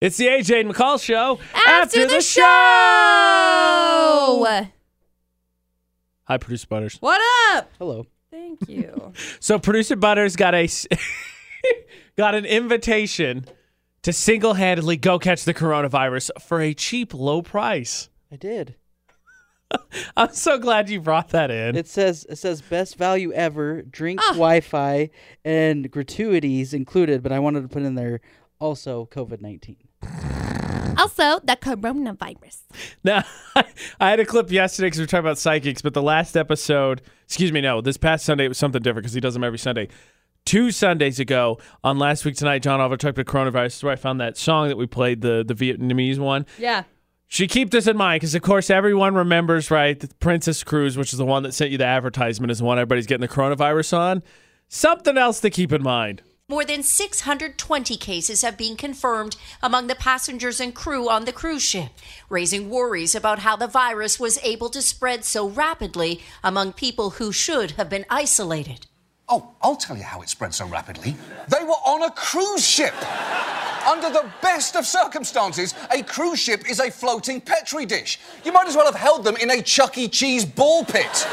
It's the AJ and McCall show After the show. Hi, producer Butters. What up? Hello. Thank you. So producer Butters got a s- got an invitation to single-handedly go catch the coronavirus for a cheap, low price. I did. I'm so glad you brought that in. It says it says best value ever, drinks, Wi-Fi, and gratuities included. But I wanted to put in there also COVID nineteen. also, the coronavirus. Now, I had a clip yesterday because we were talking about psychics, but the last episode, excuse me, no, this past Sunday it was something different because he does them every Sunday. Two Sundays ago on last week tonight, John Oliver talked about coronavirus. This is where I found that song that we played, the the Vietnamese one. Yeah. She keep this in mind because, of course, everyone remembers, right? that Princess Cruise, which is the one that sent you the advertisement, is the one everybody's getting the coronavirus on. Something else to keep in mind. More than 620 cases have been confirmed among the passengers and crew on the cruise ship, raising worries about how the virus was able to spread so rapidly among people who should have been isolated. Oh, I'll tell you how it spread so rapidly. They were on a cruise ship. Under the best of circumstances, a cruise ship is a floating petri dish. You might as well have held them in a Chuck E. Cheese ball pit.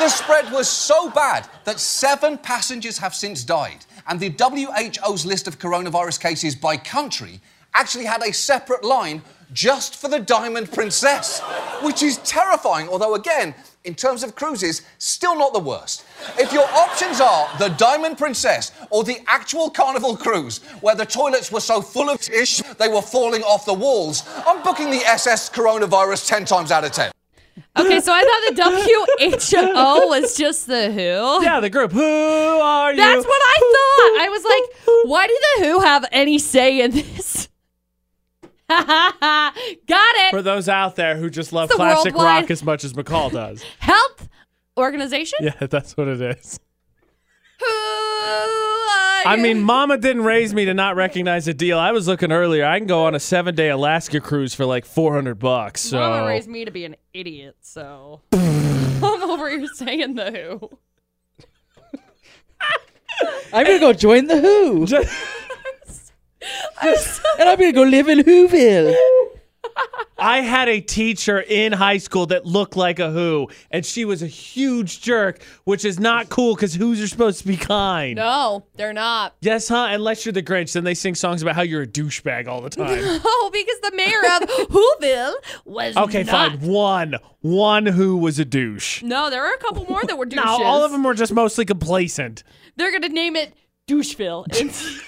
the spread was so bad that seven passengers have since died, and the WHO's list of coronavirus cases by country actually had a separate line just for the Diamond Princess, which is terrifying, although, again, in terms of cruises, still not the worst. If your options are the Diamond Princess or the actual Carnival cruise, where the toilets were so full of tish they were falling off the walls, I'm booking the SS coronavirus 10 times out of 10. Okay, so I thought the WHO was just the who. Yeah, the group. Who are you? That's what I thought. I was like, why do the who have any say in this? Got For it. those out there who just love It's the classic worldwide- rock as much as McCall does. Health organization? Yeah, that's what it is. Who are I you? mean, Mama didn't raise me to not recognize a deal. I was looking earlier. I can go on a seven-day Alaska cruise for like four hundred bucks. So Mama raised me to be an idiot, so I'm over here saying the who. I'm gonna go join the Who, Just- and I'm gonna go live in Whoville. I had a teacher in high school that looked like a who, and she was a huge jerk, which is not cool because who's are supposed to be kind. No, they're not. Yes, huh? Unless you're the Grinch, then they sing songs about how you're a douchebag all the time. Oh, because the mayor of Whoville was okay, fine. not. One, one who was a douche. No, there are a couple more that were douches. No, all of them were just mostly complacent. They're gonna name it Doucheville. It's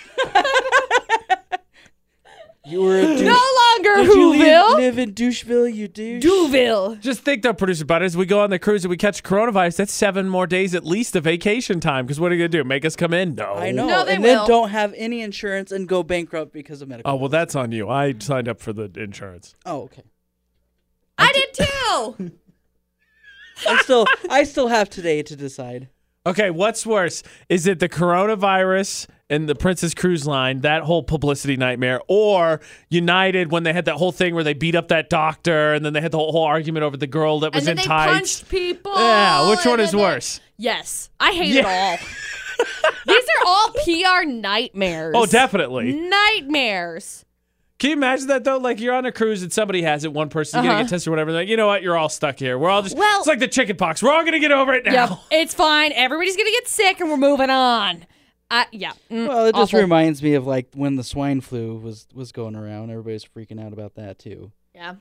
You were a douche. no longer Did you live, Whoville. live in Doucheville, you douche? Douville. Just think though, producer Butters, we go on the cruise and we catch coronavirus. That's seven more days at least of vacation time. Because what are you gonna do? Make us come in? No. I know. No, they and will. then don't have any insurance and go bankrupt because of medical. Oh well, that's on you. I signed up for the insurance. Oh, okay. I did too. I still I still have today to decide. Okay, what's worse? Is it the coronavirus and the Princess Cruise Line, that whole publicity nightmare, or United when they had that whole thing where they beat up that doctor and then they had the whole, whole argument over the girl that and was then in they tights? punched people. Yeah, which and one is then they- worse? Yes, I hate it Yeah. all. These are all PR nightmares. Oh, Hmm? definitely. Nightmares. Can you imagine that though? Like you're on a cruise and somebody has it, one person gonna get tested or whatever. Like you know what? You're all stuck here. We're all just. Uh-huh. Well- it's like the chicken pox. We're all gonna get over it now. Yep, it's fine. Everybody's gonna get sick, and we're moving on. I yeah. Mm, Well, it just awful. reminds me of like when the swine flu was was going around. Everybody's freaking out about that too. Yeah.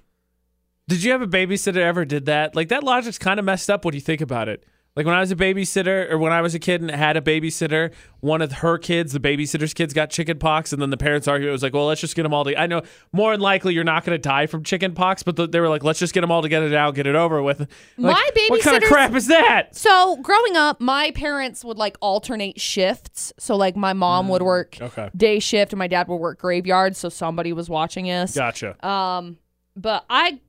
Did you have a babysitter ever did that? Like that logic's kind of messed up when you think about it. Like when I was a babysitter or when I was a kid and had a babysitter, one of her kids, the babysitter's kids got chicken pox and then the parents argued it was like, "Well, let's just get them all to I know more than likely you're not going to die from chicken pox, but th- they were like, "Let's just get them all together now, get it over with." Like, My What kind of babysitter's- crap is that? So growing up, my parents would like alternate shifts. So like my mom would work Mm, okay. day shift, and my dad would work graveyard. So somebody was watching us. Gotcha. Um, but I,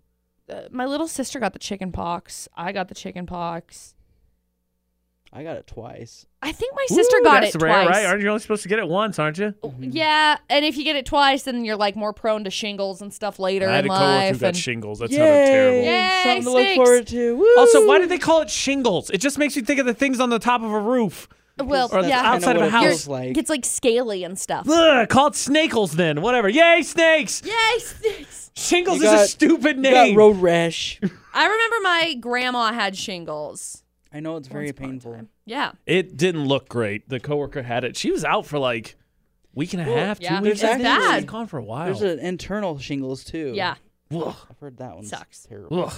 uh, my little sister got the chicken pox. I got the chicken pox. I got it twice. I think my sister got that's it rare, twice. Oh, right? Aren't you only supposed to get it once, aren't you? Mm-hmm. Yeah, and if you get it twice, then you're like more prone to shingles and stuff later I had in a coworker who life. got And shingles. That's Yay! another terrible. Yay, Something to look sticks. forward to. Woo! Also, why did they call it shingles? It just makes you think of the things on the top of a roof. Well, Or that's yeah. outside of Kinda a what it house. feels like. It's like scaly and stuff. Ugh, call it snakels then. Whatever. Yay, snakes! Yes. Shingles You is a got- stupid You got name. road rash. I remember my grandma had shingles. I know it's very once upon a painful. time. Yeah. it didn't look great. The coworker had it. She was out for like week and a half, yeah. two weeks. There's I think. actually- She was Bad. gone for a while. There's an internal shingles too. Yeah. Ugh. I've heard that one Sucks. Terrible. Ugh.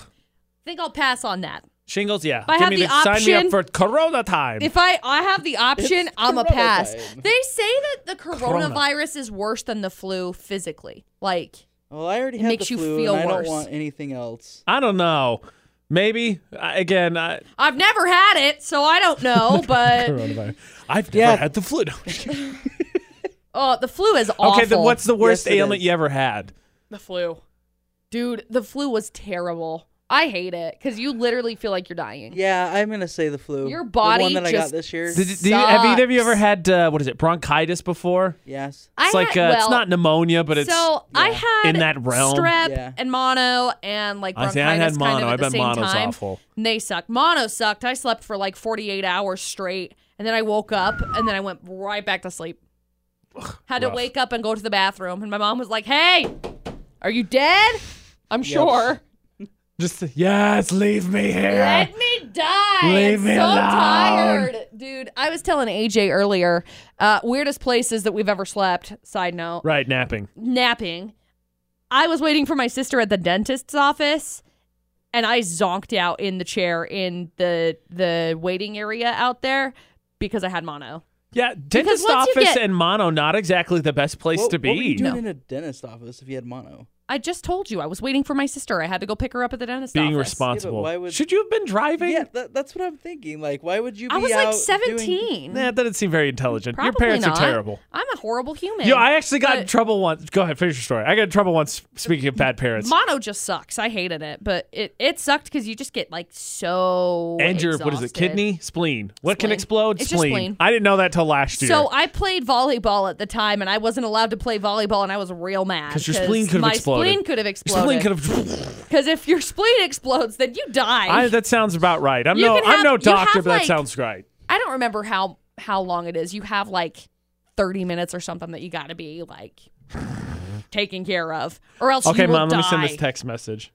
think I'll pass on that. Shingles, yeah. I Give have me the sign me up option- for Corona time. If I I have the option, It's I'm a corona pass. time. They say that the Corona. coronavirus is worse than the flu physically. Like Well, I already It had makes the you flu, feel and I don't worse. want anything else. I don't know. Maybe I- again. I, I've never had it, so I don't know. But coronavirus. I've never Yeah. had the flu. No, oh, the flu is awful. okay, then what's the worst Yes, it ailment is. you ever had? the flu? Dude, the flu was terrible. I hate it because you literally feel like you're dying. Yeah, I'm gonna say the flu. Your the body one that I just got this year. Did- Did, you- have either of you ever Sucks. had uh, what is it bronchitis before? yes. I It's like had- uh, it's well, not pneumonia, but it's so I had in that realm. strep Yeah. and mono and like I bronchitis say I had kind mono. of I at the bet same mono's time. awful. And they sucked. Mono sucked. I slept for like 48 hours straight, and then I woke up, and then I went right back to sleep. Had to rough. wake up and go to the bathroom, and my mom was like, "Hey, are you dead? I'm sure. Just yes, leave me here. Let me die. Leave I'm me so alone." tired, dude. I was telling AJ earlier, uh, weirdest places that we've ever slept. Side note, Right, napping. napping. I was waiting for my sister at the dentist's office and I zonked out in the chair in the the waiting area out there because I had mono. Yeah, dentist once you office get- and mono not exactly the best place What- to What were you be. doing in a dentist office if you had mono? I just told you I was waiting for my sister. I had to go pick her up at the dentist Being office. responsible. why would- Should you have been driving? Yeah, that, that's what I'm thinking. Like, why would you? Be I was out like doing- 17. Nah, that doesn't seem very intelligent. Probably Your parents are not. terrible. I'm a horrible human. Yo, I actually got in But- trouble once. Go ahead, finish your story. I got in trouble once. Speaking of bad parents, Mono just sucks. I hated it, but it, it sucked because you just get like so. and your what is it? exhausted. Kidney, spleen. What can Spleen. explode? It's just spleen. spleen. I didn't know that till last year. So I played volleyball at the time, and I wasn't allowed to play volleyball, and I was real mad 'Cause your spleen could've my exploded. spleen could have exploded. spleen could have. Because if your spleen explodes, then you die. I, I, that sounds about right. I'm You no, can I'm have- no you doctor, have, but that like- sounds right. don't remember how how long it is. You have like thirty minutes or something that you got to be like taken care of, or else Okay, you will mom, die. let me send this text message.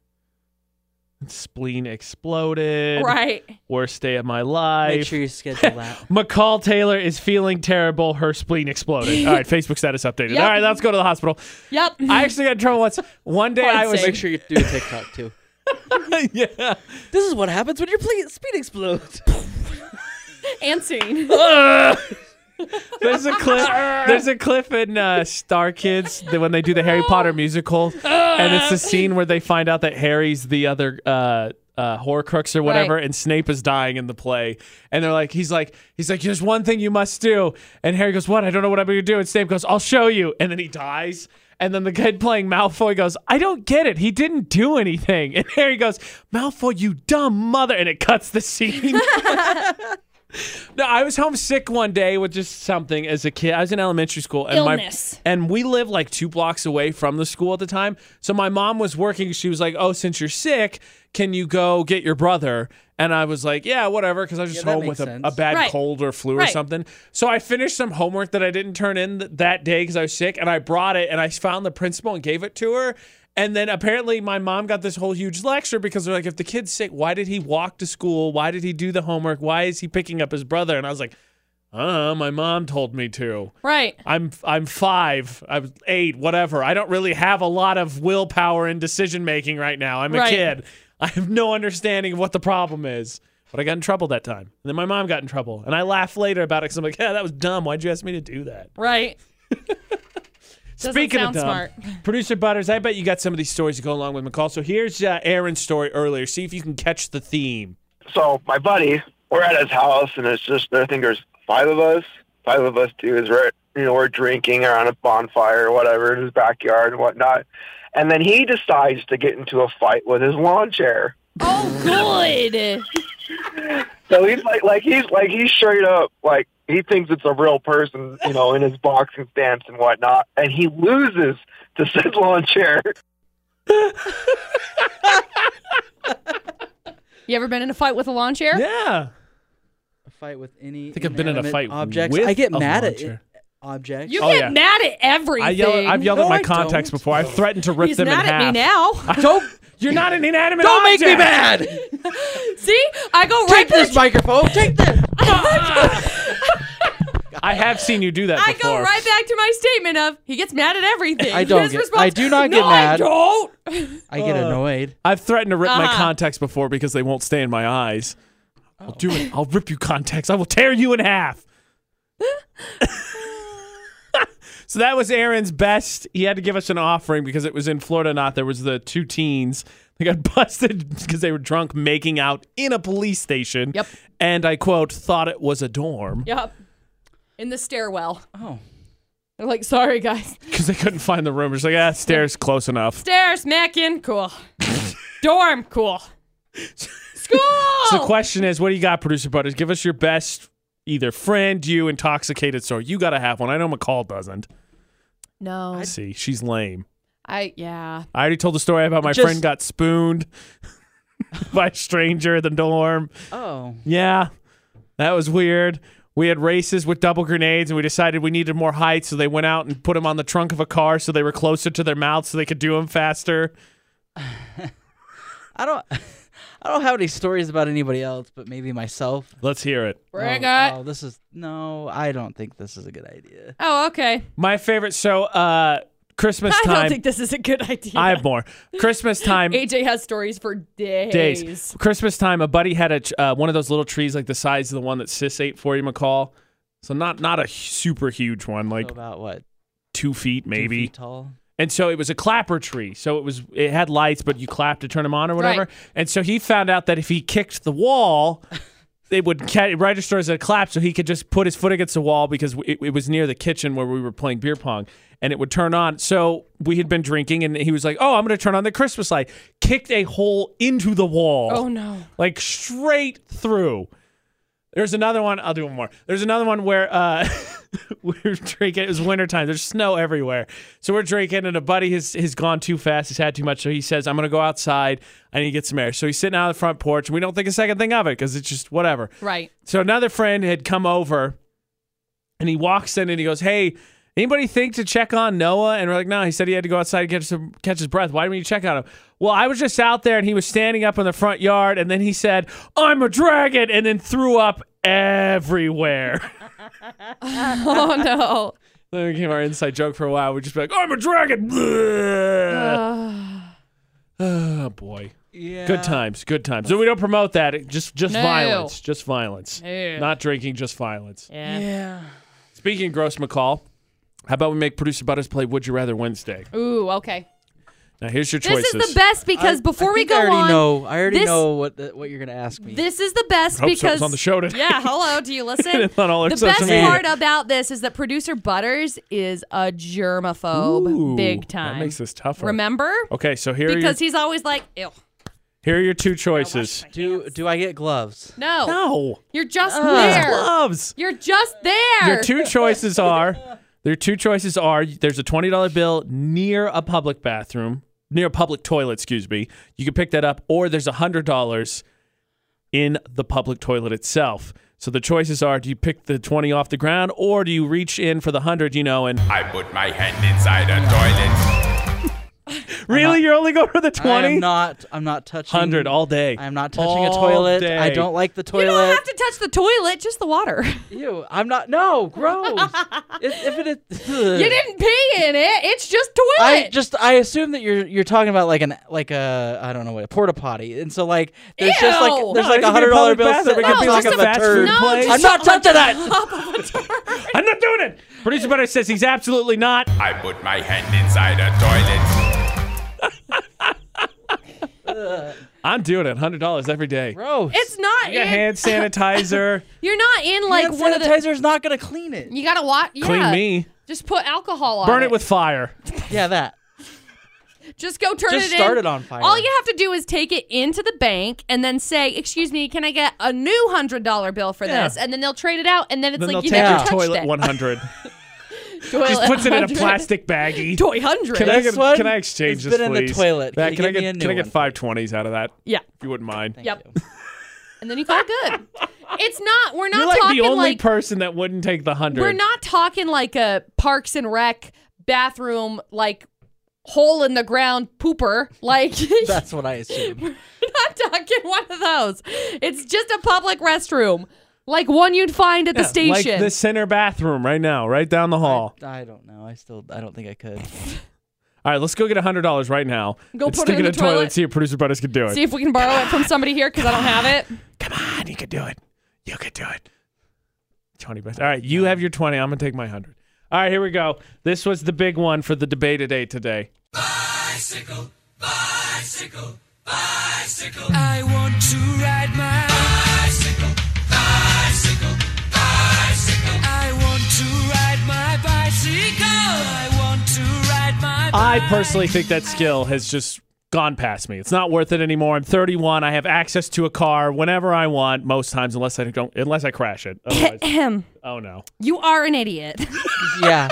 Spleen exploded. Right. Worst day of my Make life. sure you schedule that. McCall Taylor is feeling terrible. Her spleen exploded. All right, Facebook status updated. Yep. All right, let's go to the hospital. Yep. I actually got in trouble once. One day I Hard was. save. Make sure you do a TikTok too. yeah. this is what happens when your ple- speed explodes. and scene. There's a clip. There's a clip in uh, Star Kids that when they do the Harry Potter musical, and it's the scene where they find out that Harry's the other uh, uh, Horcrux or whatever, Right. and Snape is dying in the play, and they're like, he's like, he's like, there's one thing you must do, and Harry goes, what? I don't know what I'm gonna do, and Snape goes, I'll show you, and then he dies. And then the kid playing Malfoy goes, I don't get it. He didn't do anything. And Harry goes, Malfoy, you dumb mother. And it cuts the scene. No, I was homesick one day with just something as a kid. I was in elementary school and Illness. my and we lived like two blocks away from the school at the time. So my mom was working. She was like, "Oh, since you're sick, can you go get your brother?" And I was like, "Yeah, whatever," because I was just that home makes with a, sense. a bad Right. cold or flu or Right. something. So I finished some homework that I didn't turn in th- that day because I was sick, and I brought it and I found the principal and gave it to her. And then apparently my mom got this whole huge lecture because they're like, if the kid's sick, why did he walk to school? Why did he do the homework? Why is he picking up his brother? And I was like, uh, my mom told me to. right. I'm I'm five, I'm eight, whatever. I don't really have a lot of willpower and decision making right now. I'm a Right. kid. I have no understanding of what the problem is. But I got in trouble that time. And then my mom got in trouble. And I laugh later about it because I'm like, yeah, that was dumb. Why'd you ask me to do that? Right. Doesn't Speaking sound of dumb, smart. producer Butters, I bet you got some of these stories to go along with McCall. So here's uh, Aaron's story earlier. See if you can catch the theme. so my buddy, we're at his house, and it's just I think there's five of us, five of us dudes. We're you know we're drinking around a bonfire or whatever in his backyard and whatnot, and then he decides to get into a fight with his lawn chair. Oh, good. So he's like, like he's like he's straight up like he thinks it's a real person, you know, in his boxing stance and whatnot, and he loses to said lawn chair. You ever been in a fight with a lawn chair? Yeah. A fight with any. think I've been in a inanimate fight objects. with I get a mad launcher. at i- objects. You Oh, get yeah. mad at everything. I yell, I've yelled No, at my I contacts don't. before. I've threatened to rip He's them in mad at half. me now. don't You're not an inanimate don't make me object! mad. See, I go right Take for the this microphone. Take this. I have seen you do that I before. go right back to my statement of he gets mad at everything. I don't His get- response, I do not get "No, mad." I don't. I get annoyed. I've threatened to rip my Uh-huh. contacts before because they won't stay in my eyes. I'll do it. I'll rip you contacts. I will tear you in half. so that was Aaron's best. He had to give us an offering because it was in Florida. Not there was the two teens. They got busted because they were drunk making out in a police station. Yep. And I quote, thought it was a dorm Yep. In the stairwell. Oh. They're like, sorry guys. because they couldn't find the room. It's like, ah, stairs close enough. Stairs, Mackin, cool. Dorm, cool. School. So Oh. the question is, what do you got, producer Butters? Give us your best, either friend, you intoxicated story. You got to have one. I know McCall doesn't. no. I see, she's lame. I yeah. I already told the story about my Just- friend got spooned by a stranger at the dorm. Oh. Yeah, that was weird. We had races with double grenades, and we decided we needed more height, so they went out and put them on the trunk of a car, so they were closer to their mouths, so they could do them faster. I don't. I don't have any stories about anybody else, but maybe myself. Let's hear it. Bring oh, it. oh, this is no. I don't think this is a good idea. Oh, okay. My favorite show, uh, Christmas I time. don't think this is a good idea. I have more. Christmas time. AJ has stories for days. days. Christmas time, a buddy had a tr- uh, one of those little trees like the size of the one that Sis ate for you, McCall. So not not a hu- super huge one, So like Oh, about what? two two feet maybe. feet tall. And so it was a clapper tree. So it was it had lights, but you clapped to turn them on or whatever. Right. And so he found out that if he kicked the wall. It would ca- register as a clap, so he could just put his foot against the wall because it, it was near the kitchen where we were playing beer pong, and it would turn on. So we had been drinking, and he was like, "Oh, I'm going to turn on the Christmas light." Kicked a hole into the wall Oh no. like straight through. There's another one. I'll do one more. There's another one where uh, we we're drinking. It was wintertime. There's snow everywhere. So we're drinking, and a buddy has, has gone too fast. He's had too much. So he says, I'm going to go outside. I need to get some air. So he's sitting out on the front porch, and we don't think a second thing of it because it's just whatever. Right. So another friend had come over and he walks in and he goes, Hey, anybody think to check on Noah? And we're like, No, he said he had to go outside and catch, some, catch his breath. Why didn't you check on him? Well, I was just out there and he was standing up in the front yard and then he said, I'm a dragon and then threw up everywhere. Oh no. that became our inside joke for a while. We'd just be like, I'm a dragon. Bleh. oh, boy. Yeah. Good times, good times. So we don't promote that. It- Just, just No. violence, just violence. Ew. Not drinking, just violence. Yeah. Yeah. Speaking of Gross McCall, how about we make producer Butters play Would You Rather Wednesday? Ooh. Okay. Now here's your This choices. is the best because I- before I we think go I already on, know. I already this- know what the, what you're gonna ask me. this is the best Hope so. It's because on the show today. Yeah. Hello. Do you listen? It's on all our the social best media. part about this is that producer Butters is a germaphobe, Ooh, big time. That makes this tougher. Remember? Okay, so here are your, Because he's always like, ew. here are your two choices. do do I get gloves? No, No, you're just there. gloves. You're just there. Your two choices are your two choices are there's a twenty dollar bill near a public bathroom, near a public toilet. Excuse me. You can pick that up, or there's a hundred dollars in the public toilet itself. So the choices are: do you pick the twenty off the ground, or do you reach in for the hundred? You know, and I put my hand inside a toilet. Really? You're only going for the I am 20? not. I'm not touching. 100 all day. I'm not touching All a toilet. day. I don't like the toilet. you don't have to touch the toilet, just the water. Ew, I'm not. No, gross. If- if it is, you didn't pee in it. It's just toilet. I just I assume that you're you're talking about like an like a I don't know what a porta potty, and so like there's just Ew. like there's No, it could like be a a hundred dollar public bill bathroom. It sitting could on be top like a of fast food turd. No, place. I'm not touching that. I'm not doing it. Producer Butter says he's absolutely not. I put my hand inside a toilet. I'm doing it. $100 every day. Gross. It's not. You got in- hand sanitizer. You're not in like Hand one of the. sanitizer's not gonna clean it. You gotta watch. Yeah. Clean me. Just put alcohol on. Burn it with fire. Yeah, that. Just go turn Just it in. start it on fire. All you have to do is take it into the bank and then say, "Excuse me, can I get a new hundred dollar bill for Yeah. this?" And then they'll trade it out, and then it's Then they'll like you take never your touched toilet it. 100. Toilet Just puts it in a 100. plastic baggie. toy hundred. Can I, This get, one can I exchange has this, been in the please? toilet. Yeah, Can you can, I give me get, a can I new get one, five twenties out of that? yeah. If you wouldn't mind. Yep. you. and then you felt good. It's not. We're not You're like talking the only like person that wouldn't take the hundred. we're not talking like a Parks and Rec bathroom like hole in the ground pooper. Like That's what I assume. we're not talking one of those. It's just a public restroom, like one you'd find at the like station. the center bathroom right now, right down the hall. I don't know. I still I don't think I could. All right, let's go get hundred dollars right now. Go and put it stick in it the in toilet. toilet. See if producer butters can do it. See if we can borrow it from somebody here because I don't have it. Come on, you can do it. You can do it. Twenty bucks. All right, you have your twenty. I'm gonna take my hundred. All right, here we go. This was the big one for the debate today. Today. I personally think that skill has just gone past me. It's not worth it anymore. I'm 31. I have access to a car whenever I want, most times, unless I don't, unless I crash it. Otherwise- oh no! You are an idiot. Yeah.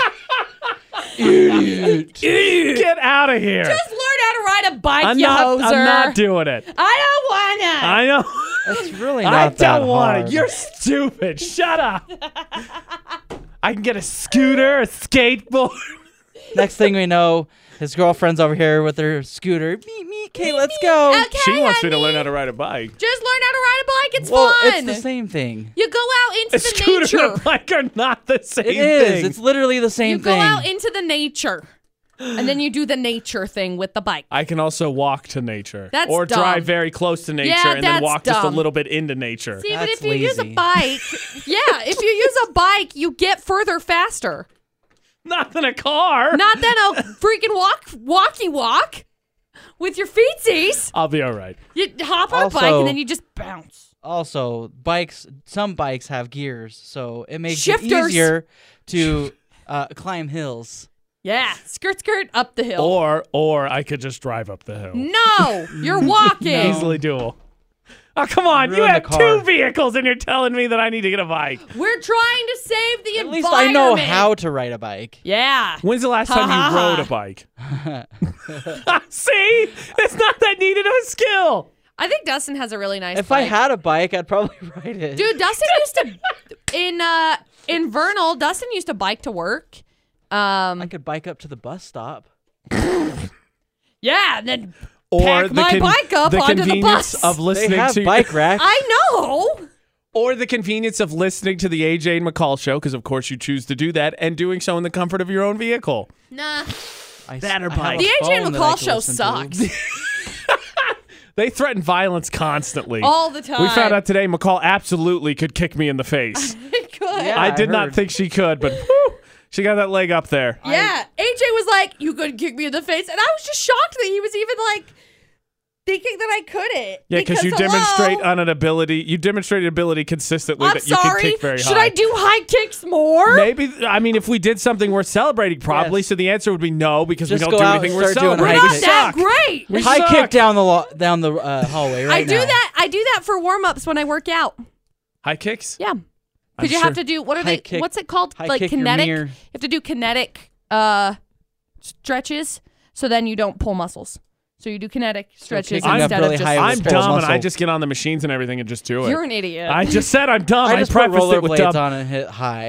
Get out of here! Just learn how to ride a bike, I'm you not. hoser. I'm not doing it. I don't wanna. I know. It's really not I that don't want hard. it. You're stupid. Shut up. I can get a scooter, a skateboard. Next thing we know, his girlfriend's over here with her scooter. Meet me, okay, let's go. okay, honey. how to ride a bike. Just learn how to ride a bike. It's Well, fun. it's the same thing. You go out into A the scooter and a nature. bike are not the same It is. thing. It's literally the same You thing. go out into the nature, and then you do the nature thing with the bike. I can also walk to nature. That's or dumb. drive very close to nature Yeah, and then that's walk just a dumb. little bit into nature. See, but That's if you use a lazy. bike, yeah, if you use a bike, you get further faster. Not in a car. Not then a freaking walk, walkie walk with your feetsies. I'll be all right. You hop on a bike Also- and then you just bounce. also, bikes. Some bikes have gears, so it makes it Shifters. easier to uh, climb hills. Yeah, skirt skirt up the hill. Or or I could just drive up the hill. no, you're walking. Easily doable. Oh come on! you Ruin the have car. two vehicles and you're telling me that I need to get a bike. We're trying to save the At environment. least I know how to ride a bike. Yeah. When's the last time Ha, you ha, rode ha. a bike? See, it's not that needed of a skill. I think Dustin has a really nice. If I bike. had a bike, I'd probably ride it. dude, Dustin used to in uh in Vernal. Dustin used to bike to work. I Um, could bike up to the bus stop. yeah, and then Or Pack my bike up the onto the convenience bus. of They listening have to bike racks. I know. or the convenience of listening to the AJ and McCall show because of course you choose to do that and doing so in the comfort of your own vehicle. Nah, I, That or I have a bike. the AJ phone and that I McCall can show listen to. sucks They threaten violence constantly. all the time. We found out today McCall absolutely could kick me in the face. Good. Yeah, I did heard. not think she could, but whew, she got that leg up there. Yeah, AJ was like, "You could kick me in the face," and I was just shocked that he was even like thinking that I couldn't. Yeah, because because you hello? demonstrate on an ability, you demonstrate an ability consistently I'm that you sorry. can kick very Should high. I do high kicks more? Maybe I mean if we did something worth celebrating, probably. Yes. So the answer would be no because Just we go don't do out anything and worth start doing celebrating. high we kicks. Not suck. that great. We High suck. kick down the lo- down the uh, hallway right I do now. that. I do that for warm ups when I work out. High kicks. Yeah, I'm because you sure- have to do what are High they? kick- what's it called? high like kick your kinetic. mirror. You have to do kinetic uh, stretches, so then you don't pull muscles. So you do kinetic stretches kicking up instead really of just. high I'm with dumb Paul's and I muscle. just get on the machines and everything and just do it. You're an idiot. I just said I'm dumb. I I, just put prefaced it with dumb. rollerblades on and hit high.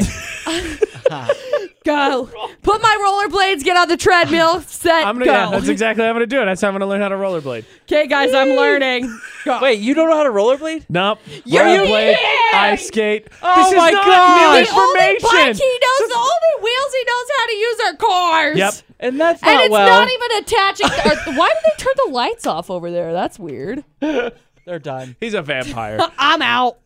go. Put my rollerblades. Get on the treadmill. Set. I'm gonna, go. yeah, that's exactly how I'm gonna do it. That's how I'm gonna learn how to rollerblade. okay, guys, I'm learning. Wait, you don't know how to rollerblade? Nope. You're an rollerblade, idiot! ice skate. Oh this my is not God! new The only bike information. he knows, the only wheels he knows how to use are cars. Yep. And that's And not it's Oh, well. not even attaching. or- why did they turn the lights off over there? That's weird. They're done. He's a vampire. I'm out.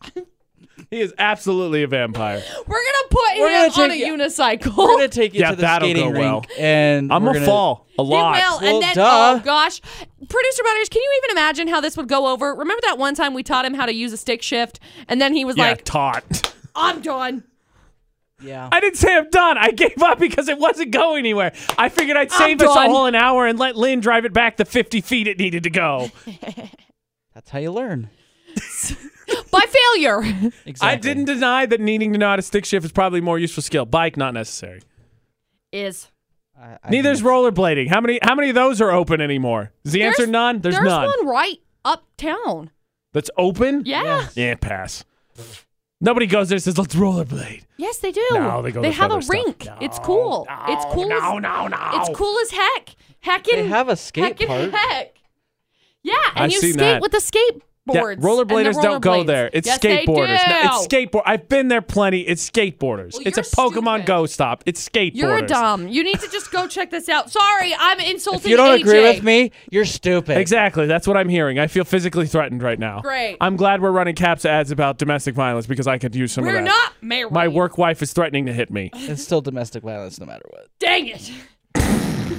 he is absolutely a vampire. We're gonna put We're him gonna on a take- unicycle. We're gonna take you Yeah, to the that'll skating go rink, well. and I'm we're gonna gonna fall a He lot. will, Well, and then duh. oh gosh, producer butters, can you even imagine how this would go over? Remember that one time we taught him how to use a stick shift, and then he was Yeah, like, taught. "I'm done." Yeah. I didn't say I'm done. I gave up because it wasn't going anywhere. I figured I'd I'm save us done. all an hour and let Lynn drive it back the 50 feet it needed to go. That's how you learn. By failure. Exactly. I didn't deny that needing to know how to stick shift is probably a more useful skill. Bike, not necessary. Is I, I Neither's rollerblading. How many? How many of those are open anymore? Is the answer none? There's, there's none. one right uptown. that's open? Yeah. Yeah, pass. Nobody goes there and says, let's rollerblade. Yes, they do. No, they go look for have a other stuff. rink. it's cool. it's no, cool. No, as, no, no. It's cool as heck. Heckin' They have a skate heckin' park. heck. Yeah, and I've you seen skate that. with the Yeah, skateboards. rollerbladers and the don't go rollerblades. there. It's yes, they skateboarders. No, do. it's skateboard. I've been there plenty. It's skateboarders. Well, it's a you're Pokemon stupid. Go stop. It's skateboarders. You're a dumb. You need to just go check this out. Sorry, I'm insulting. If you don't AJ. agree with me, you're stupid. Exactly. That's what I'm hearing. I feel physically threatened right now. Great. I'm glad we're running caps ads about domestic violence because I could use some We're of that. not married. My work wife is threatening to hit me. It's still domestic violence, no matter what. Dang it.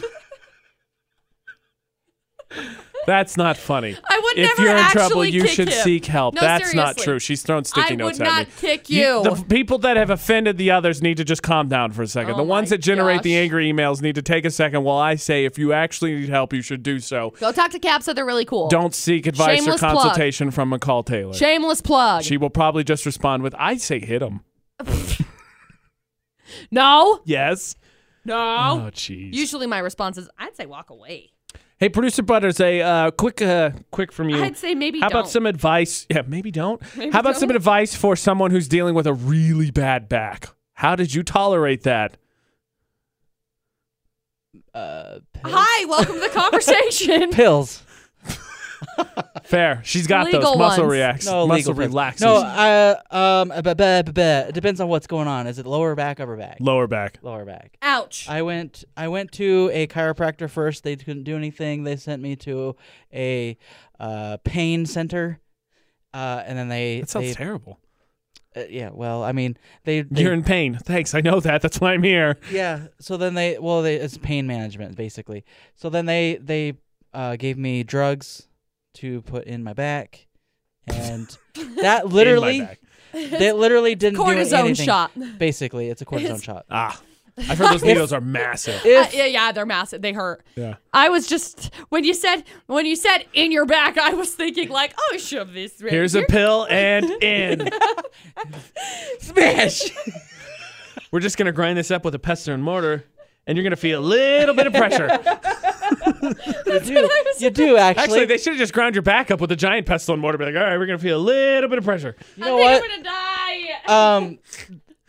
That's not funny. I would if never you're in actually trouble, you kick should him. seek help. No, That's not seriously. true. She's thrown sticky I notes would at not me. kick The you. f- people that have offended the others need to just calm down for a second. Oh the ones my that generate the gosh. angry emails need to take a second while I say, if you actually need help, you should do so. Go talk to Capsa. They're really cool. Don't seek advice Shameless or plug. consultation from McCall Taylor. Shameless plug. she will probably just respond with, I say hit him. no. Yes. No. Oh, jeez. Usually my response is, I'd say walk away. Hey, producer Butters, a uh, quick, uh, quick from you. I'd say maybe How don't. about some advice? Yeah, maybe don't. Maybe How about some don't. advice for someone who's dealing with a really bad back? How did you tolerate that? Uh, pills. Hi, welcome to the conversation. pills. Fair. She's got Legal those muscle ones. reacts. No muscle legal pills. relaxes. No, uh, um, uh, buh, buh, buh, buh. it depends on what's going on. Is it lower back, upper back? Lower back. lower back. Ouch. Uh, I went I went to a chiropractor first. They couldn't do anything. They sent me to a uh, pain center. Uh, and then they, That sounds they- terrible. uh, yeah, well, I mean, they, they- You're in pain. Thanks. I know that. That's why I'm here. yeah. So then they, well, they, it's pain management basically. So then they, they, uh, gave me drugs to put in my back, and that In my literally, back. they literally didn't do Cortisone anything. shot. Basically, it's a cortisone shot. Ah. I've heard those needles are massive. Uh, If yeah, yeah, they're massive. They hurt. Yeah. I was just when you said when you said in your back, I was thinking like, oh, shove this. Right Here's a here. pill and in. smash. We're just going to grind this up with a pestle and mortar, and you're going to feel a little bit of pressure. you do, you do actually. Actually, they should have just ground your back up with a giant pestle and mortar. Be like, all right, we're gonna feel a little bit of pressure. you know I think what? I'm gonna die. um,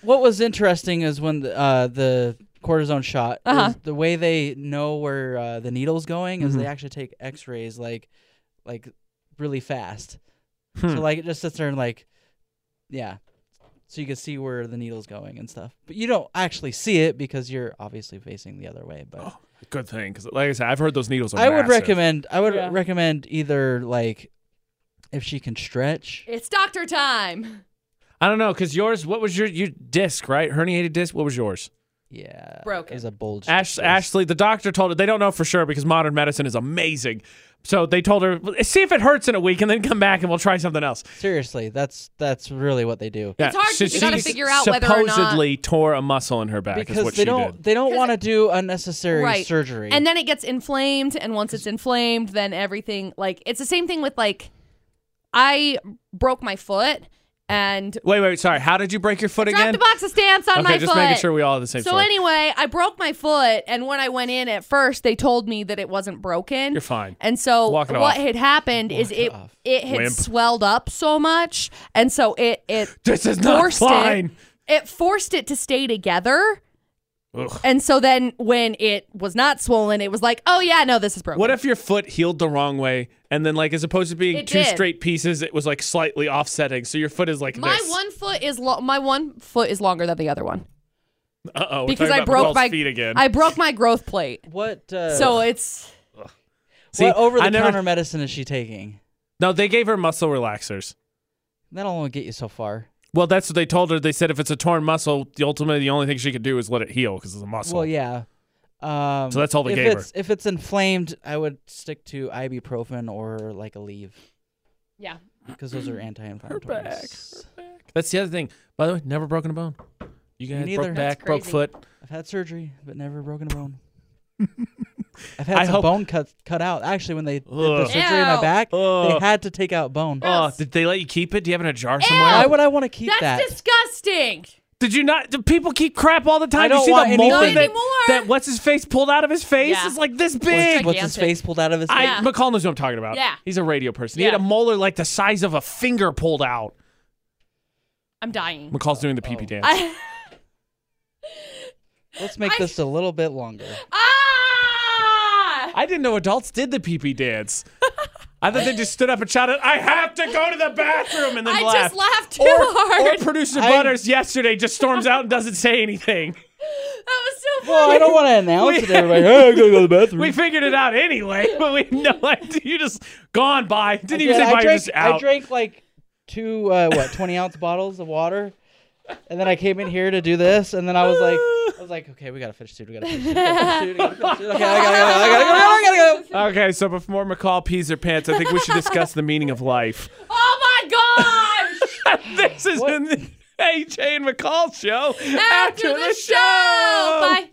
what was interesting is when the, uh, the cortisone shot, is Uh-huh. the way they know where uh, the needle's going is they Mm-hmm. actually take X-rays like, like really fast. Hmm. So like it just sits there and like, yeah, so you can see where the needle's going and stuff. But you don't actually see it because you're obviously facing the other way. But Good thing, because like I said, I've heard those needles. Are I would Oh, massive. recommend, I would Yeah. recommend either like, if she can stretch. it's doctor time. I don't know, because yours. What was your your disc? Right, herniated disc. What was yours? Yeah, Broken. Is a bulge. Ash, disc. Ashley, the doctor told her they don't know for sure because modern medicine is amazing. So they told her, see if it hurts in a week, and then come back and we'll try something else. Seriously, that's that's really what they do. It's hard 'cause you gotta she figure out whether or supposedly not- tore a muscle in her back. is because what they she don't did. they don't 'Cause want to it- do unnecessary right. surgery. And then it gets inflamed, and once it's inflamed, then everything like it's the same thing with like I broke my foot and Wait, wait, sorry. How did you break your foot dropped again? a box of stance on okay, my just foot. making sure we all have the same. so story. anyway, I broke my foot, and when I went in at first, they told me that it wasn't broken. You're fine. And so Walk what it off. had happened is Walk it it off. it had Limp. swelled up so much, and so it it This is not forced fine. It, it forced it to stay together. Ugh. And so then when it was not swollen, it was like, oh yeah, no, this is broken. What if your foot healed the wrong way, and then like as opposed to being It two did. straight pieces, it was like slightly offsetting, so your foot is like my this. one foot is lo- my one foot is longer than the other one Uh oh, because I broke my feet again. I broke my growth plate. what uh, So it's See, what over the I never- counter medicine is she taking? no, they gave her muscle relaxers. That'll only get you so far. Well, that's what they told her. They said if it's a torn muscle, the ultimately the only thing she could do is let it heal because it's a muscle. Well, yeah. Um, So that's all they if gave her. it's, If it's inflamed, I would stick to ibuprofen or like Aleve yeah. because those are anti-inflammatories. That's the other thing. By the way, never broken a bone. You guys Me neither. broke back, That's broke crazy. foot. I've had surgery, but never broken a bone. I've had I some hope- bone cut cut out. Actually, when they did the Ugh. surgery in my Ew. back, they Ugh. had to take out bone. Oh, did they let you keep it? Do you have it in a jar somewhere? Why would I want to keep That's that? disgusting. Did you not? Do people keep crap all the time? I don't you see want the anything. mole Not that, anymore. that what's his face pulled out of his face? Yeah. It's like this What's, big. what's his Gigantic. face pulled out of his I Yeah. McCall knows who I'm talking about. Yeah. he's a radio person. He Yeah. had a molar like the size of a finger pulled out. I'm dying. Ah! McCall's doing the Oh. pee pee dance. I, Let's make this a little bit longer. ah! I didn't know adults did the pee pee dance. I thought they just stood up and shouted, "I have to go to the bathroom," and then I laughed. just laughed too or, or hard. producer I- Butters yesterday just storms out and doesn't say anything. that was so funny. Well, Oh, I don't want to announce We- it. to Everybody, hey, I gotta go to the bathroom. We figured it out anyway, but we had no idea. You just gone by. Didn't even Yeah, say I bye. You're drank, just out. I drank like two, uh, what, 20 ounce bottles of water. And then I came in here to do this, and then I was like, I was like, okay, we gotta finish dude, we gotta finish dude, we gotta finish dude, we gotta finish dude. Okay, I gotta go, I gotta go, I gotta go. Okay, so before McCall pees her pants, I think we should discuss the meaning of life. oh my gosh! this is in the AJ and McCall show After the show! Bye.